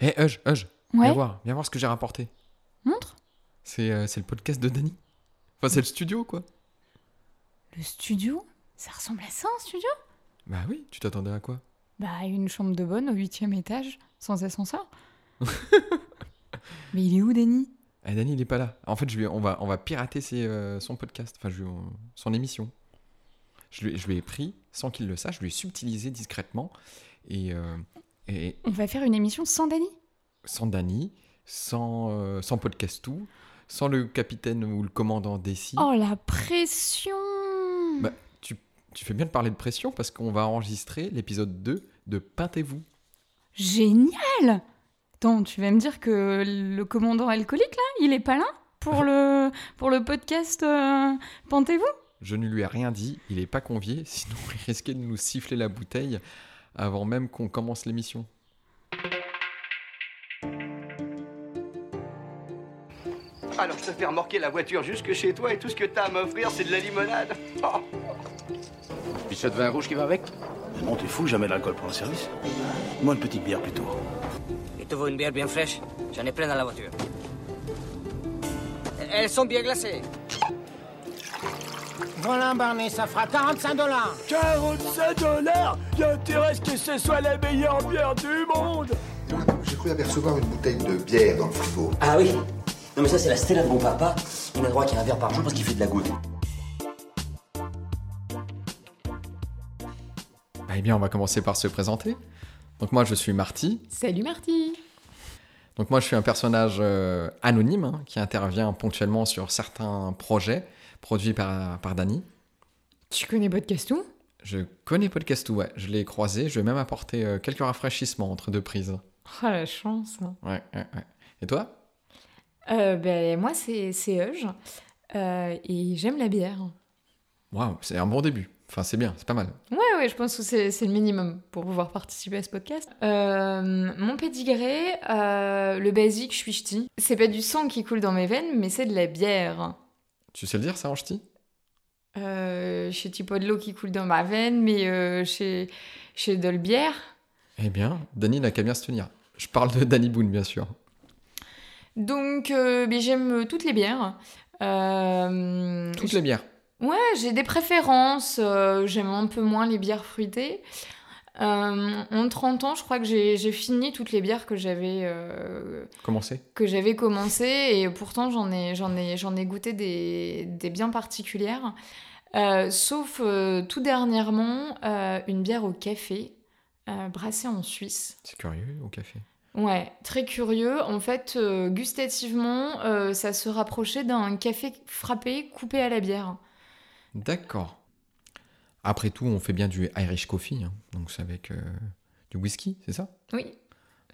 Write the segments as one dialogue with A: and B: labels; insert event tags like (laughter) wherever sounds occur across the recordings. A: Hé, Huge, Huge, Eh, viens
B: Ouais,
A: voir, viens voir ce que j'ai rapporté.
B: montre.
A: C'est euh, c'est le podcast de Dany. Enfin, c'est le studio, quoi.
B: Le studio Ça ressemble à ça, un studio
A: Bah oui, tu t'attendais à quoi
B: Bah, une chambre de bonne au huitième étage, sans ascenseur. Mais il est où, Denis
A: Ah, Dany, il est pas là. En fait, je lui- on, va, on va pirater ses, euh, son podcast, enfin, je lui- on- son émission. Je lui, je lui ai pris, sans qu'il le sache, je lui ai subtilisé discrètement. Et, euh, et
B: On va faire une émission sans Denis
A: sans Dany, sans, euh, sans podcast tout, sans le capitaine ou le commandant Dessy.
B: Oh, la pression
A: Bah, tu, tu fais bien de parler de pression parce qu'on va enregistrer l'épisode 2 de Peintez-vous.
B: Génial Attends, tu vas me dire que le commandant alcoolique, là, il est pas là pour le, pour le podcast euh, Pentez-vous
A: Je ne lui ai rien dit, il n'est pas convié, (laughs) sinon il risquait de nous siffler la bouteille avant même qu'on commence l'émission.
C: Alors se faire remorquer la voiture jusque chez toi et tout ce que t'as à m'offrir c'est de la limonade. (laughs) Oh.
D: Bichot de vin rouge qui va avec
E: Mais non, t'es fou, jamais l'alcool pour le service. Moi, une petite bière plutôt.
F: Et tu veux une bière bien fraîche J'en ai plein dans la voiture. Elles sont bien glacées.
G: Roland Barnet, ça fera 45 dollars.
H: 45 dollars Il y a intérêt à ce que ce soit la meilleure bière du monde
I: J'ai cru apercevoir une bouteille de bière dans le frigo.
F: Ah oui Non mais ça c'est la Stella de mon papa. On a le droit qu'il y ait un verre par jour parce qu'il fait de la goutte.
A: Bah, eh bien, on va commencer par se présenter. Donc moi, je suis Marty.
J: Salut Marty
A: Donc moi, je suis un personnage euh, anonyme hein, qui intervient ponctuellement sur certains projets produits par, par Dany.
J: Tu connais Podcastou
A: Je connais Podcast ouais. Je l'ai croisé, je vais même apporter euh, quelques rafraîchissements entre deux prises.
J: Oh la chance
A: Ouais, ouais, ouais. Et toi
J: euh, ben, Moi c'est c'est Euge Euh, et j'aime la bière.
A: Waouh, c'est un bon début. Enfin, c'est bien, c'est pas mal.
J: Ouais ouais je pense que c'est c'est le minimum pour pouvoir participer à ce podcast. Euh, mon pédigré, euh, le basique je suis ch'ti. C'est pas du sang qui coule dans mes veines mais c'est de la bière.
A: Tu sais le dire, ça, en ch'ti
J: Euh, je suis pas de l'eau qui coule dans ma veine mais euh, chez chez de la bière.
A: Eh bien, Dany n'a qu'à bien se tenir. Je parle de Danny Boone, bien sûr.
J: Donc euh, ben, j'aime toutes les bières. Euh,
A: Toutes les bières.
J: Ouais, j'ai des préférences. euh, j'aime un peu moins les bières fruitées. Euh, en 30 ans, je crois que j'ai j'ai fini toutes les bières que j'avais euh,
A: Commencez.
J: que j'avais commencées et pourtant j'en ai j'en ai j'en ai goûté des, des bien particulières. Euh, sauf euh, tout dernièrement euh, une bière au café euh, brassée en Suisse.
A: C'est curieux, au café.
J: Ouais, très curieux. En fait, euh, gustativement, euh, ça se rapprochait d'un café frappé coupé à la bière.
A: D'accord. Après tout, on fait bien du Irish coffee, hein. donc c'est avec euh, du whisky, c'est ça
J: Oui.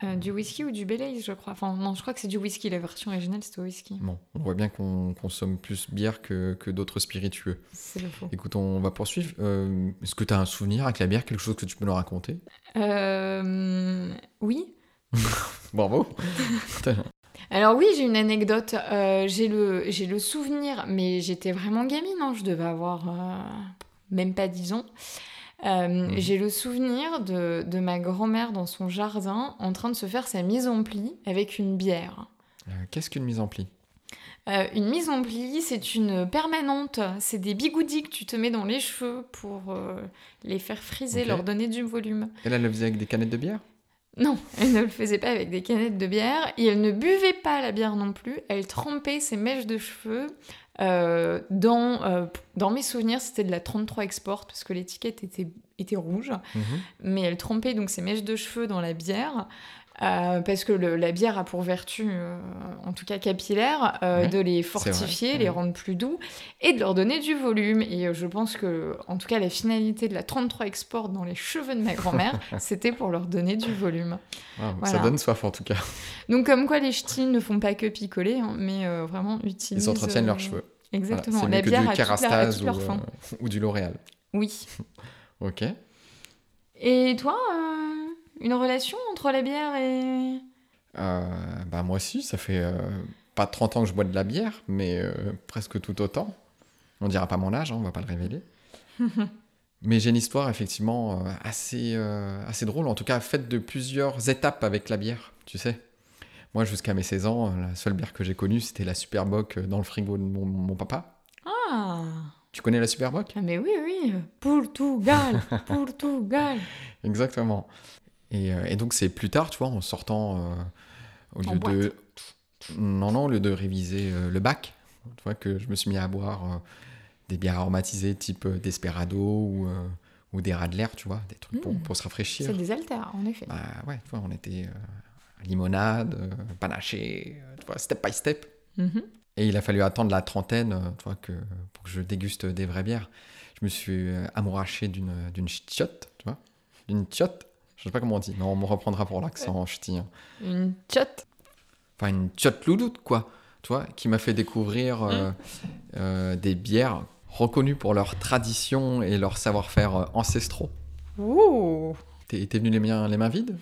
J: Euh, du whisky ou du Baileys, je crois. Enfin, non, je crois que c'est du whisky. La version originale, c'était au whisky.
A: Bon, on voit bien qu'on consomme plus bière que, que d'autres spiritueux.
J: C'est le faux.
A: Écoute, on va poursuivre. Euh, Est-ce que tu as un souvenir avec la bière, quelque chose que tu peux nous raconter
J: Euh, oui.
A: Bravo
J: Alors oui, j'ai une anecdote. Euh, j'ai le, j'ai le souvenir, mais j'étais vraiment gamine. hein. Je devais avoir euh, même pas 10 ans. Euh, J'ai le souvenir de, de ma grand-mère dans son jardin en train de se faire sa mise en pli avec une bière.
A: Euh, Qu'est-ce qu'une mise en pli
J: Euh, une mise en pli, c'est une permanente. C'est des bigoudis que tu te mets dans les cheveux pour euh, les faire friser,
A: Ok.
J: leur donner du volume.
A: Elle, elle le faisait avec des canettes de bière
J: Non, elle ne le faisait pas avec des canettes de bière et elle ne buvait pas la bière non plus. Elle trempait ses mèches de cheveux. euh, dans, euh, dans mes souvenirs, c'était de la 33 Export parce que l'étiquette était, était rouge.
A: Mhm.
J: Mais elle trempait donc ses mèches de cheveux dans la bière. euh, parce que le- la bière a pour vertu, euh, en tout cas capillaire, euh,
A: Ouais,
J: de les
A: vrai.
J: fortifier,
A: Ouais.
J: les rendre plus doux et de leur donner du volume. Et euh, je pense que, en tout cas, la finalité de la 33 Export dans les cheveux de
A: (laughs)
J: ma grand-mère, c'était pour leur donner du volume.
A: Waouh, Ah, Ça
J: Voilà.
A: donne soif en tout cas.
J: Donc, comme quoi, les ch'tis ne font pas que picoler, hein, mais euh, vraiment utilisent.
A: Ils entretiennent
J: euh,
A: leurs cheveux. Voilà,
J: Exactement.
A: c'est mieux
J: la
A: que
J: bière
A: du
J: a toute leur- a
A: Kerastase
J: toute leur
A: ou,
J: fin.
A: euh, ou du L'Oréal.
J: Oui.
A: Ok.
J: Et toi, euh, une relation entre la bière et.
A: Euh, bah moi aussi, ça fait euh, pas 30 ans que je bois de la bière, mais euh, presque tout autant. On dira pas mon âge, hein, on va pas le révéler. Mais j'ai une histoire effectivement euh, assez, euh, assez drôle, en tout cas faite de plusieurs étapes avec la bière, tu sais. Moi, jusqu'à mes 16 ans, euh, la seule bière que j'ai connue, c'était la Superbock dans le frigo de mon, mon papa.
J: Ah,
A: Tu connais la Superbock
J: ah, mais oui, oui. Portugal,
A: (laughs)
J: Portugal.
A: Exactement. Et, euh, et donc, c'est plus tard, tu vois, en sortant euh, au
J: En
A: lieu de. Non, non, au lieu de réviser euh, le bac, tu vois, que je me suis mis à boire euh, des bières aromatisées type euh, Desperado ou, euh, ou des Radler, tu vois, des trucs pour,
J: Mm.
A: pour se rafraîchir.
J: C'est des altères, en effet.
A: Bah ouais, tu vois, on était euh, limonade, euh, panaché, euh, tu vois, step by step.
J: Mhm.
A: Et il a fallu attendre la trentaine, euh, tu vois, que, pour que je déguste des vraies bières. Je me suis euh, amouraché d'une d'une chiotte, tu vois, d'une chiotte. Je sais pas comment on dit, mais on me reprendra pour l'accent ch'ti. hein.
J: Une tchotte.
A: Enfin, une chiotte louloute, quoi, tu vois, qui m'a fait découvrir euh, euh, des bières reconnues pour leur tradition et leur savoir-faire euh, ancestraux.
J: Ouh.
A: T'es t'es venu les mains, les mains vides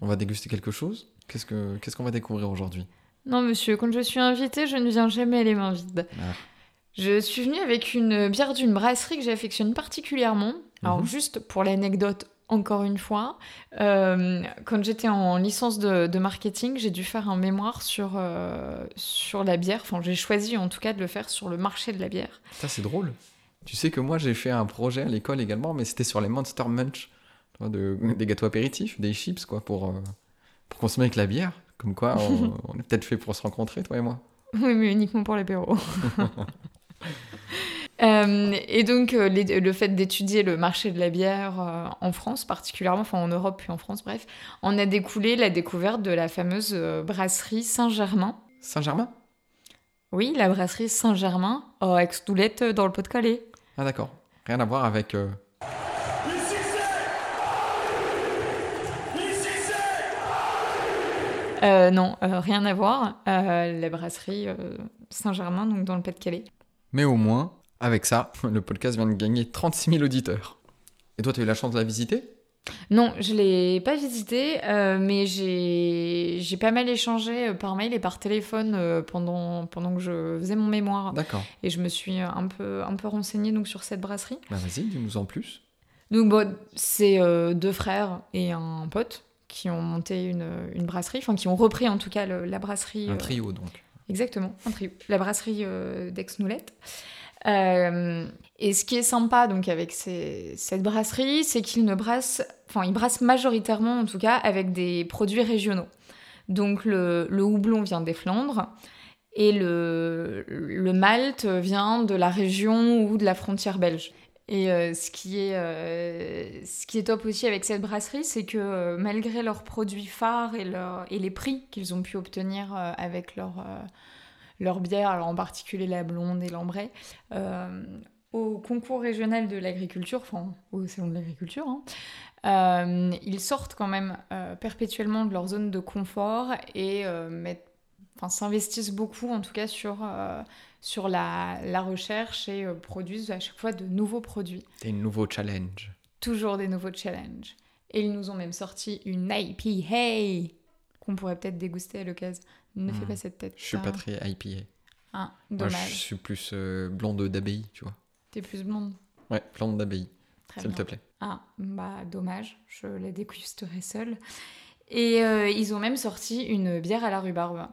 A: On va déguster quelque chose Qu'est-ce que- qu'est-ce qu'on va découvrir aujourd'hui
J: Non, monsieur, quand je suis invitée, je ne viens jamais les mains vides.
A: Ah.
J: Je suis venue avec une bière d'une brasserie que j'affectionne particulièrement. Alors,
A: Mhm.
J: juste pour l'anecdote, encore une fois, euh, quand j'étais en licence de, de marketing, j'ai dû faire un mémoire sur, euh, sur la bière. Enfin, j'ai choisi en tout cas de le faire sur le marché de la bière.
A: Ça, c'est drôle. Tu sais que moi, j'ai fait un projet à l'école également, mais c'était sur les Monster Munch, tu vois, de- des gâteaux apéritifs, des chips, quoi, pour, euh, pour consommer avec la bière. Comme quoi, on, on est peut-être fait pour se rencontrer, toi et moi.
J: (laughs) Oui, mais uniquement pour l'apéro. (laughs) Euh, et donc, euh, les- le fait d'étudier le marché de la bière euh, en France, particulièrement, enfin en Europe puis en France, bref, en a découlé la découverte de la fameuse euh, brasserie Saint-Germain.
A: Saint-Germain
J: Oui, la brasserie Saint-Germain, euh, ex-doulette dans le Pas-de-Calais.
A: Ah, d'accord. Rien à voir avec. euh,
J: Euh, non, euh, rien à voir. euh, la brasserie euh, Saint-Germain, donc dans le Pas-de-Calais.
A: Mais au moins, avec ça, (laughs) le podcast vient de gagner 36 000 auditeurs. Et toi, tu as eu la chance de la visiter
J: Non, je l'ai pas visité, euh, mais j'ai j'ai pas mal échangé euh, par mail et par téléphone euh, pendant, pendant que je faisais mon mémoire.
A: D'accord.
J: Et je me suis euh, un peu, un peu renseignée donc, sur cette brasserie.
A: Bah, vas-y, dis-nous en plus.
J: Donc, bon, c'est euh, deux frères et un pote qui ont monté une, une brasserie, enfin qui ont repris en tout cas le- la brasserie.
A: Un
J: euh,
A: trio, donc.
J: Exactement, un trio. La brasserie euh, d'Aix-Noulette. Euh, et ce qui est sympa donc avec ces- cette brasserie, c'est qu'ils ne brassent, enfin ils brassent majoritairement en tout cas avec des produits régionaux. Donc le, le houblon vient des Flandres et le, le malt vient de la région ou de la frontière belge. Et euh, ce, qui est, euh, ce qui est top aussi avec cette brasserie, c'est que euh, malgré leurs produits phares et, leur- et les prix qu'ils ont pu obtenir euh, avec leur, euh, leur bière, alors en particulier la blonde et l'ambray, euh, au concours régional de l'agriculture, enfin au salon de l'agriculture, hein, euh, ils sortent quand même euh, perpétuellement de leur zone de confort et euh, mettent- enfin, s'investissent beaucoup en tout cas sur, euh, sur la, la recherche et euh, produisent à chaque fois de nouveaux produits.
A: T'es un nouveau challenge.
J: Toujours des nouveaux challenges. Et ils nous ont même sorti une IPA qu'on pourrait peut-être déguster à l'occasion. Ne fais
A: Hmm.
J: pas cette tête.
A: Je suis
J: ça.
A: pas très IPA.
J: Ah,
A: Moi,
J: dommage.
A: je suis plus euh, blonde d'abbaye, tu vois.
J: T'es plus blonde.
A: Ouais, blonde d'abbaye,
J: Très
A: s'il
J: bien.
A: te plaît.
J: Ah, bah dommage, je la dégusterai seule. Et euh, ils ont même sorti une bière à la rhubarbe.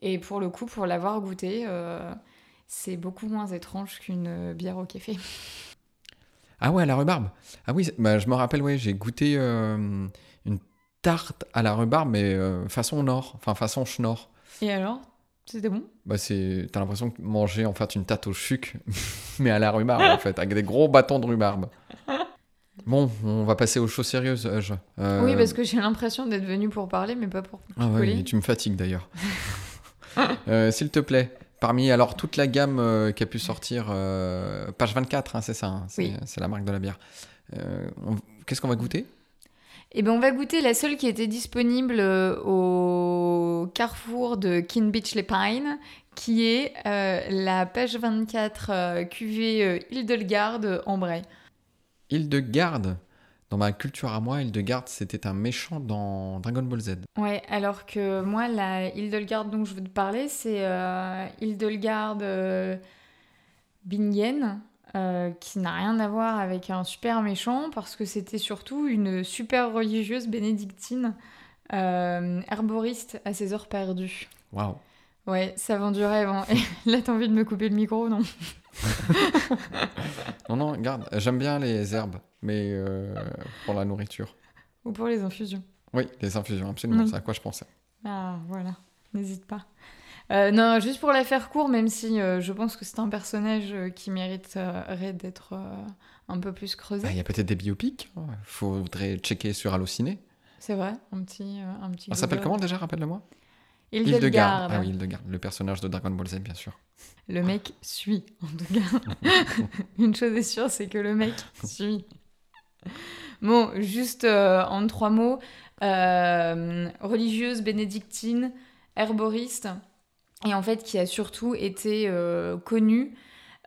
J: Et pour le coup, pour l'avoir goûtée, euh, c'est beaucoup moins étrange qu'une euh, bière au café. (laughs)
A: Ah ouais, à la rhubarbe. Ah oui, c'est- bah, je me rappelle, ouais, j'ai goûté euh, une tarte à la rhubarbe, mais euh, façon nord, enfin façon schnorr.
J: Et alors C'était bon
A: Bah c'est, t'as l'impression de manger en fait une tarte au chuc, (laughs) mais à la rhubarbe en fait, avec des gros bâtons de
J: (laughs)
A: rhubarbe. Bon, on va passer aux choses sérieuses. euh, je- euh,
J: Oui, parce que j'ai l'impression d'être venue pour parler, mais pas pour
A: Ah ouais,
J: picoler.
A: et tu me fatigues d'ailleurs. (laughs) Euh, S'il te plaît, parmi alors toute la gamme euh, qui a pu sortir, euh, page 24, hein, c'est ça, hein, c'est
J: Oui.
A: c'est la marque de la bière. Euh, on- Qu'est-ce qu'on va goûter
J: Eh ben, on va goûter la seule qui était disponible euh, au carrefour de Kin Beach Les Pines, qui est euh, la page 24 euh, cuvée euh, Hildegarde en Bray.
A: Hildegarde, dans ma culture à moi, Hildegarde, c'était un méchant dans Dragon Ball Z.
J: Ouais, alors que moi, la Hildegarde dont je veux te parler, c'est euh, Hildegarde euh, Bingen, euh, qui n'a rien à voir avec un super méchant, parce que c'était surtout une super religieuse bénédictine euh, herboriste à ses heures perdues.
A: Waouh.
J: Ouais, ça vend du rêve. hein. (laughs) Et là, t'as envie de me couper le micro, non
A: Non, non, regarde, j'aime bien les herbes, mais euh, pour la nourriture.
J: Ou pour les infusions.
A: Oui, les infusions, absolument,
J: Oui.
A: c'est à quoi je pensais.
J: Ah, voilà, n'hésite pas. Euh, non, juste pour la faire court, même si euh, je pense que c'est un personnage euh, qui mériterait d'être euh, un peu plus creusé.
A: Bah, Il y a peut-être des biopics, hein. faudrait checker sur Allociné.
J: C'est vrai, un petit. euh, un petit
A: On s'appelle
J: Google.
A: comment déjà, rappelle-le-moi
J: Hildegarde.
A: Ah oui, Hildegarde, le personnage de Dragon Ball Z, bien sûr.
J: Le mec suit, en tout cas. Une chose est sûre, c'est que le mec suit. Bon, juste euh, en trois mots, euh, religieuse bénédictine, herboriste, et en fait qui a surtout été euh, connue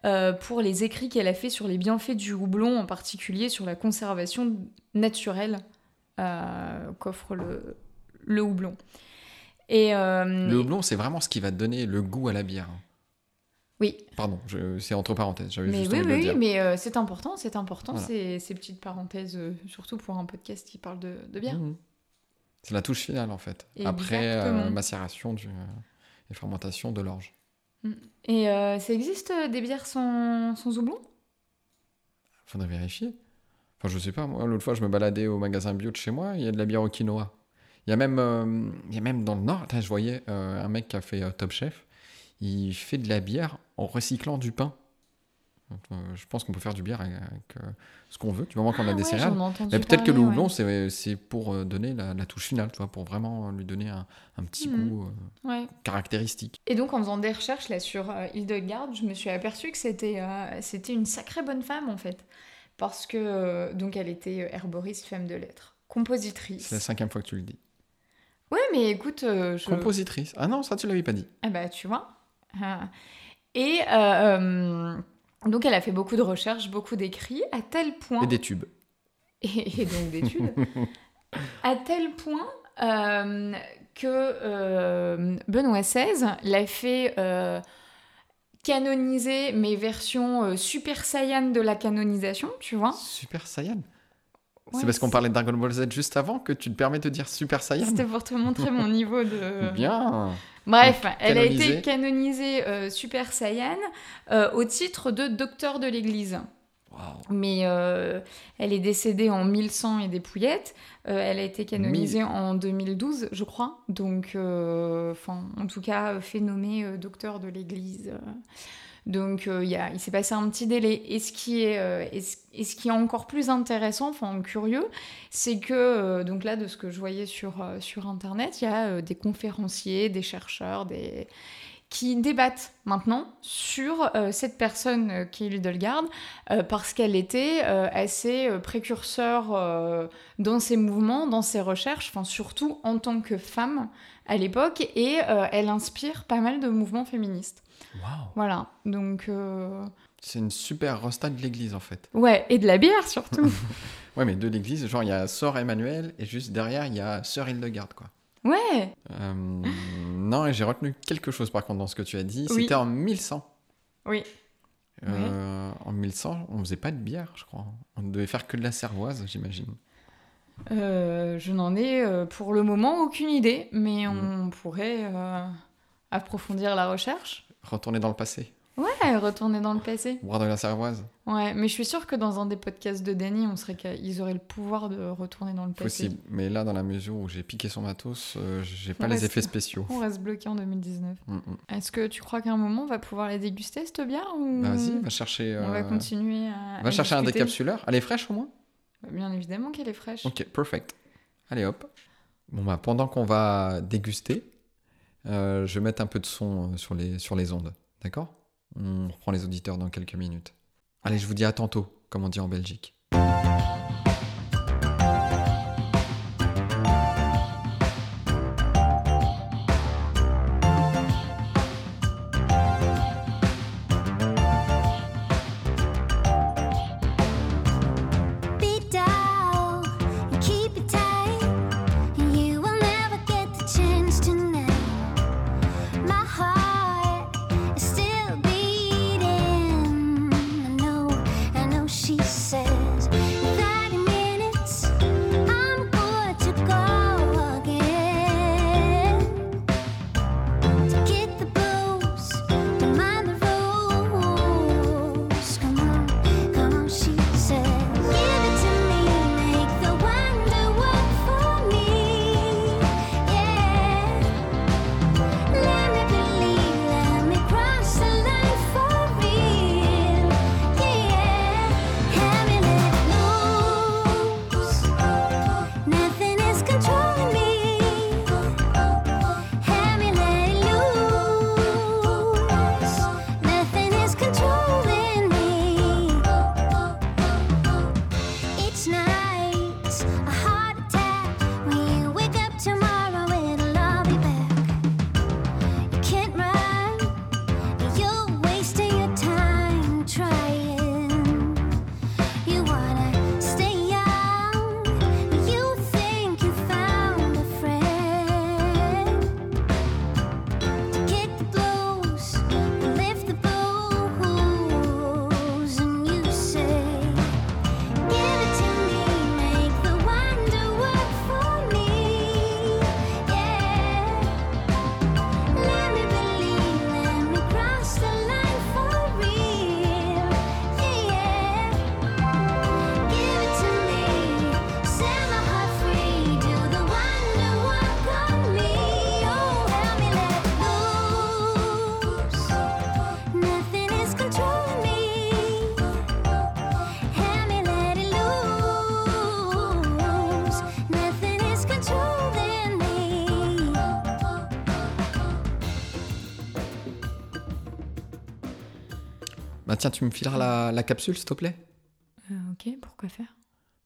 J: euh, pour les écrits qu'elle a fait sur les bienfaits du houblon, en particulier sur la conservation naturelle euh, qu'offre le, le houblon. Et euh,
A: Le houblon, c'est vraiment ce qui va donner le goût à la bière. hein.
J: oui,
A: Pardon, je- c'est entre parenthèses, j'avais
J: Mais
A: juste
J: oui,
A: envie de le
J: oui,
A: dire.
J: mais euh, c'est important, c'est important
A: Voilà.
J: ces, ces petites parenthèses, euh, surtout pour un podcast qui parle de, de bière.
A: Mhm. C'est la touche finale, en fait. Après
J: Exactement.
A: euh, macération du, euh, et fermentation de l'orge.
J: Et euh, ça existe euh, des bières sans, sans houblon
A: Faudrait vérifier. Enfin, je sais pas, moi, l'autre fois, je me baladais au magasin bio de chez moi, il y a de la bière au quinoa. Il y a même, euh, il y a même dans le Nord, attends, je voyais euh, un mec qui a fait euh, Top Chef, il fait de la bière en recyclant du pain. Donc, euh, je pense qu'on peut faire du bière avec euh, ce qu'on veut, du moment qu'on a
J: Ah
A: des
J: ouais,
A: céréales.
J: j'en ai entendu
A: Mais peut-être que le
J: parler,
A: houblon, c'est- c'est pour euh, donner la, la touche finale, tu vois, pour vraiment lui donner un, un petit
J: Mhm.
A: goût euh,
J: ouais. Ouais.
A: caractéristique.
J: Et donc en faisant des recherches là sur euh, Hildegarde, je me suis aperçue que c'était euh, c'était une sacrée bonne femme en fait, parce que euh, donc elle était herboriste, femme de lettres, compositrice.
A: C'est la cinquième fois que tu le dis.
J: Ouais, mais écoute, euh, je...
A: Compositrice. Ah non, ça, tu l'avais pas dit.
J: Ah bah tu vois. Ah. Et euh, euh, donc elle a fait beaucoup de recherches, beaucoup d'écrits, à tel point...
A: Et des tubes.
J: (laughs) Et, et donc d'études. à tel point euh, que euh, Benoît XVI l'a fait euh, canoniser, mais version euh, super saiyan de la canonisation, tu vois.
A: Super Saiyan
J: Hein Ouais,
A: C'est parce qu'on
J: c'est-
A: parlait de Dragon Ball Z juste avant que tu te permets de dire Super Saiyan
J: C'était pour te
A: (laughs)
J: montrer mon niveau de...
A: Bien
J: Bref, elle a
A: canonisée.
J: été canonisée euh, Super Saiyan euh, au titre de docteur de l'Église.
A: Waouh.
J: Mais euh, elle est décédée en 1100 et des pouillettes. Euh, elle a été canonisée en 2012, je crois. Donc, euh, enfin, en tout cas, euh, fait nommer euh, docteur de l'Église. euh. Donc, euh, il y a- il s'est passé un petit délai. Et ce qui est, euh, et ce- et ce qui est encore plus intéressant, enfin curieux, c'est que, euh, donc là, de ce que je voyais sur, euh, sur Internet, il y a euh, des conférenciers, des chercheurs, des... qui débattent maintenant sur euh, cette personne euh, qui est Hildegarde, euh, parce qu'elle était euh, assez euh, précurseur euh, dans ses mouvements, dans ses recherches, enfin surtout en tant que femme à l'époque, et euh, elle inspire pas mal de mouvements féministes.
A: Waouh.
J: Voilà, donc... euh,
A: C'est une super resta de l'église en fait.
J: Ouais, et de la
A: (laughs)
J: bière surtout
A: Ouais, mais de l'église, genre il y a Sœur Emmanuel et juste derrière il y a Sœur Hildegarde quoi.
J: Ouais
A: Euh, non, et j'ai retenu quelque chose par contre dans ce que tu as dit.
J: Oui.
A: C'était en 1100.
J: Oui.
A: Euh, En 1100, on faisait pas de bière, je crois. On ne devait faire que de la cervoise, j'imagine.
J: Euh, je n'en ai euh, pour le moment aucune idée, mais
A: Mm.
J: on pourrait euh, approfondir la recherche.
A: Retourner dans le passé,
J: Ouais, retourner dans le passé.
A: boire de la cervoise.
J: Ouais, mais je suis sûre que dans un des podcasts de Danny, on serait qu'a- ils auraient le pouvoir de retourner dans le passé.
A: Possible. Mais là, dans la mesure où j'ai piqué son matos, euh, j'ai pas
J: On
A: les
J: reste-
A: effets spéciaux.
J: On reste bloqué en 2019.
A: Mm, mm.
J: Est-ce que tu crois qu'à un moment on va pouvoir les déguster cette bière ou
A: Bah, vas-y, va chercher.
J: Mm. on va
A: euh,
J: continuer à
A: va
J: à
A: chercher un
J: discuter Bah,
A: décapsuleur. Elle est fraîche au moins
J: Bien évidemment qu'elle est fraîche.
A: Ok, perfect. Allez hop. Bon bah pendant qu'on va déguster, euh, je vais mettre un peu de son euh, sur les, sur les ondes. D'accord On reprend les auditeurs dans quelques minutes. Allez, je vous dis à tantôt, comme on dit en Belgique.
K: Be down and keep it tight. You will never get the chance tonight. My heart is still beating. I know
A: Bah tiens, tu me fileras la, la capsule, s'il te plaît
J: Euh, ok, pourquoi faire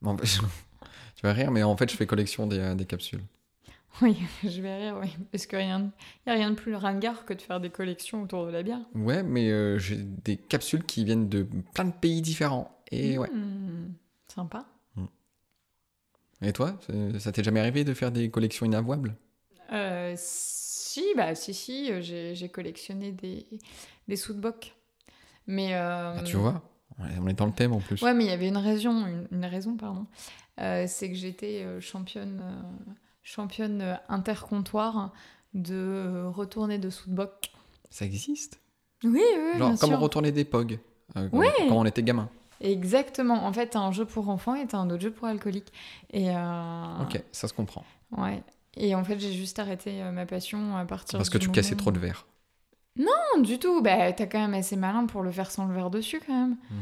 A: Bon, (laughs) bah, je- Tu vas rire, mais en fait, je fais collection des, euh, des capsules.
J: Oui, (laughs) je vais rire, oui. Parce qu'il n'y a rien de plus ringard que de faire des collections autour de la bière.
A: Ouais, mais euh, j'ai des capsules qui viennent de plein de pays différents. Et ouais.
J: Hmm, sympa.
A: Et toi, c'est- ça t'est jamais arrivé de faire des collections inavouables
J: Euh, si, bah si, si, euh, j'ai j'ai collectionné des, des sous de boc. Mais. euh,
A: Ah, Tu vois Ouais, On est dans le thème en plus.
J: Ouais, mais il y avait une raison, une, une raison pardon. Euh, c'est que j'étais euh, championne, euh, championne euh, intercomptoir de euh, retourner de sous de boc.
A: Ça existe
J: Oui, oui,
A: Genre,
J: bien
A: comment
J: sûr.
A: retourner des POG euh, quand,
J: Ouais.
A: quand on était gamin.
J: Exactement. En fait, t'as un jeu pour enfants et t'as un autre jeu pour alcooliques. Et euh,
A: Ok, ça se comprend.
J: ouais. Et en fait, j'ai juste arrêté euh, ma passion à partir.
A: Parce que
J: du
A: tu
J: moment
A: cassais
J: où-
A: trop de verre.
J: Non, du tout. Bah, t'as quand même assez malin pour le faire sans le verre dessus, quand même.
A: Hmm.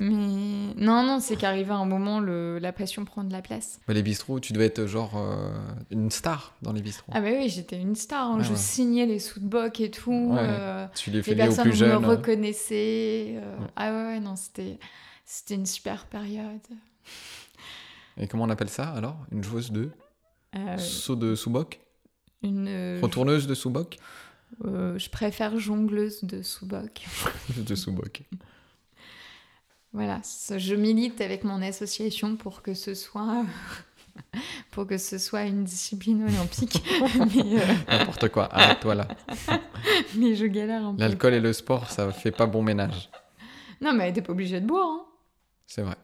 J: Mais non, non, c'est qu'arrivé à un moment, le... la passion prend de la place.
A: Bah, les bistrots, tu devais être genre euh, une star dans les bistrots.
J: Ah, bah oui, j'étais une star. hein.
A: Ah, Ouais,
J: je
A: ouais.
J: signais les sous de boc et tout.
A: Ouais,
J: euh,
A: tu les
J: les
A: filais aux
J: personnes
A: plus
J: me
A: jeunes. hein.
J: reconnaissaient. euh,
A: Ouais.
J: Ah, ouais, ouais, non, c'était. C'était une super période.
A: Et comment on appelle ça alors Une joueuse de
J: Euh,
A: saut de sous-boc
J: une, euh,
A: Retourneuse de
J: (laughs)
A: sous-boc
J: Euh, je préfère jongleuse de sous-boc.
A: De sous-boc.
J: Voilà, ce- je milite avec mon association pour que ce soit (laughs) pour que ce soit une discipline
A: (laughs)
J: olympique, (laughs) mais, euh,
A: N'importe quoi, arrête-toi
J: (laughs)
A: là.
J: mais je galère un peu.
A: L'alcool et le sport, ça fait pas bon ménage.
J: Non, mais t'es pas obligé de boire. Hein.
A: C'est vrai.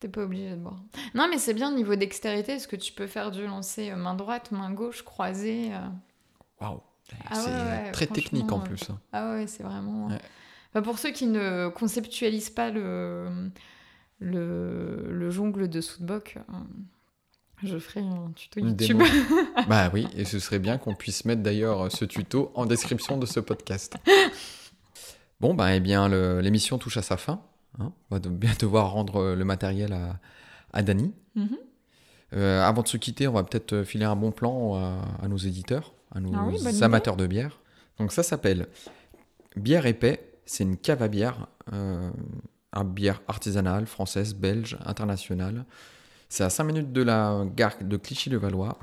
J: T'es pas obligé de boire. Non, mais c'est bien au niveau dextérité, parce que tu peux faire du lancer euh, main droite, main gauche, croisé. euh.
A: Waouh.
J: Ah
A: c'est
J: ouais, ouais,
A: très technique en
J: franchement,
A: plus. hein.
J: Ah ouais, c'est vraiment.
A: Ouais.
J: Enfin, pour ceux qui ne conceptualisent pas le, le, le jongle de sous-de-boc, euh, je ferai un tuto
A: Une
J: YouTube.
A: démo. bah oui, et ce serait bien qu'on puisse mettre d'ailleurs ce tuto en description de ce podcast. Bon, bah eh bien, le- l'émission touche à sa fin. hein. On va de- bien devoir rendre euh, le matériel à, à Dany.
J: Mhm.
A: Euh, avant de se quitter, on va peut-être euh, filer un bon plan euh, à, à nos éditeurs, à nos
J: Ah oui, bonne
A: amateurs de bière. Donc ça s'appelle Bière épais, c'est une cave à bière, euh, à bière artisanale, française, belge, internationale. C'est à 5 minutes de la gare de Clichy-le-Valois.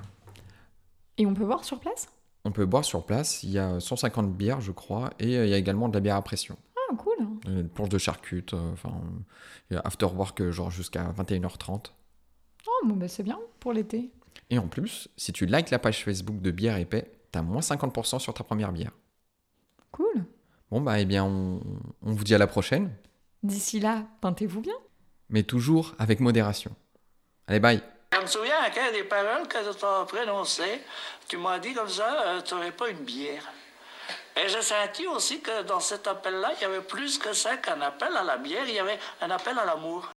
J: (laughs) Et on peut voir sur place
A: On peut boire sur place, il y a 150 bières, je crois, et euh, il y a également de la bière à pression.
J: Ah, cool.
A: Une planche de charcutes, euh, enfin, il y a after work euh, genre jusqu'à 21h30.
J: Oh, bon, bah, c'est bien pour l'été.
A: Et en plus, si tu likes la page Facebook de Bière Épais, t'as moins 50% sur ta première bière.
J: Cool.
A: Bon, bah, eh bien, on, on vous dit à la prochaine,
J: D'ici là, peintez-vous bien.
A: mais toujours avec modération. Allez, bye!
H: Je me souviens à quelle des paroles que tu t'as prononcées, tu m'as dit comme ça, euh, tu n'aurais pas une bière. Et j'ai senti aussi que dans cet appel-là, il y avait plus que ça qu'un appel à la bière, il y avait un appel à l'amour.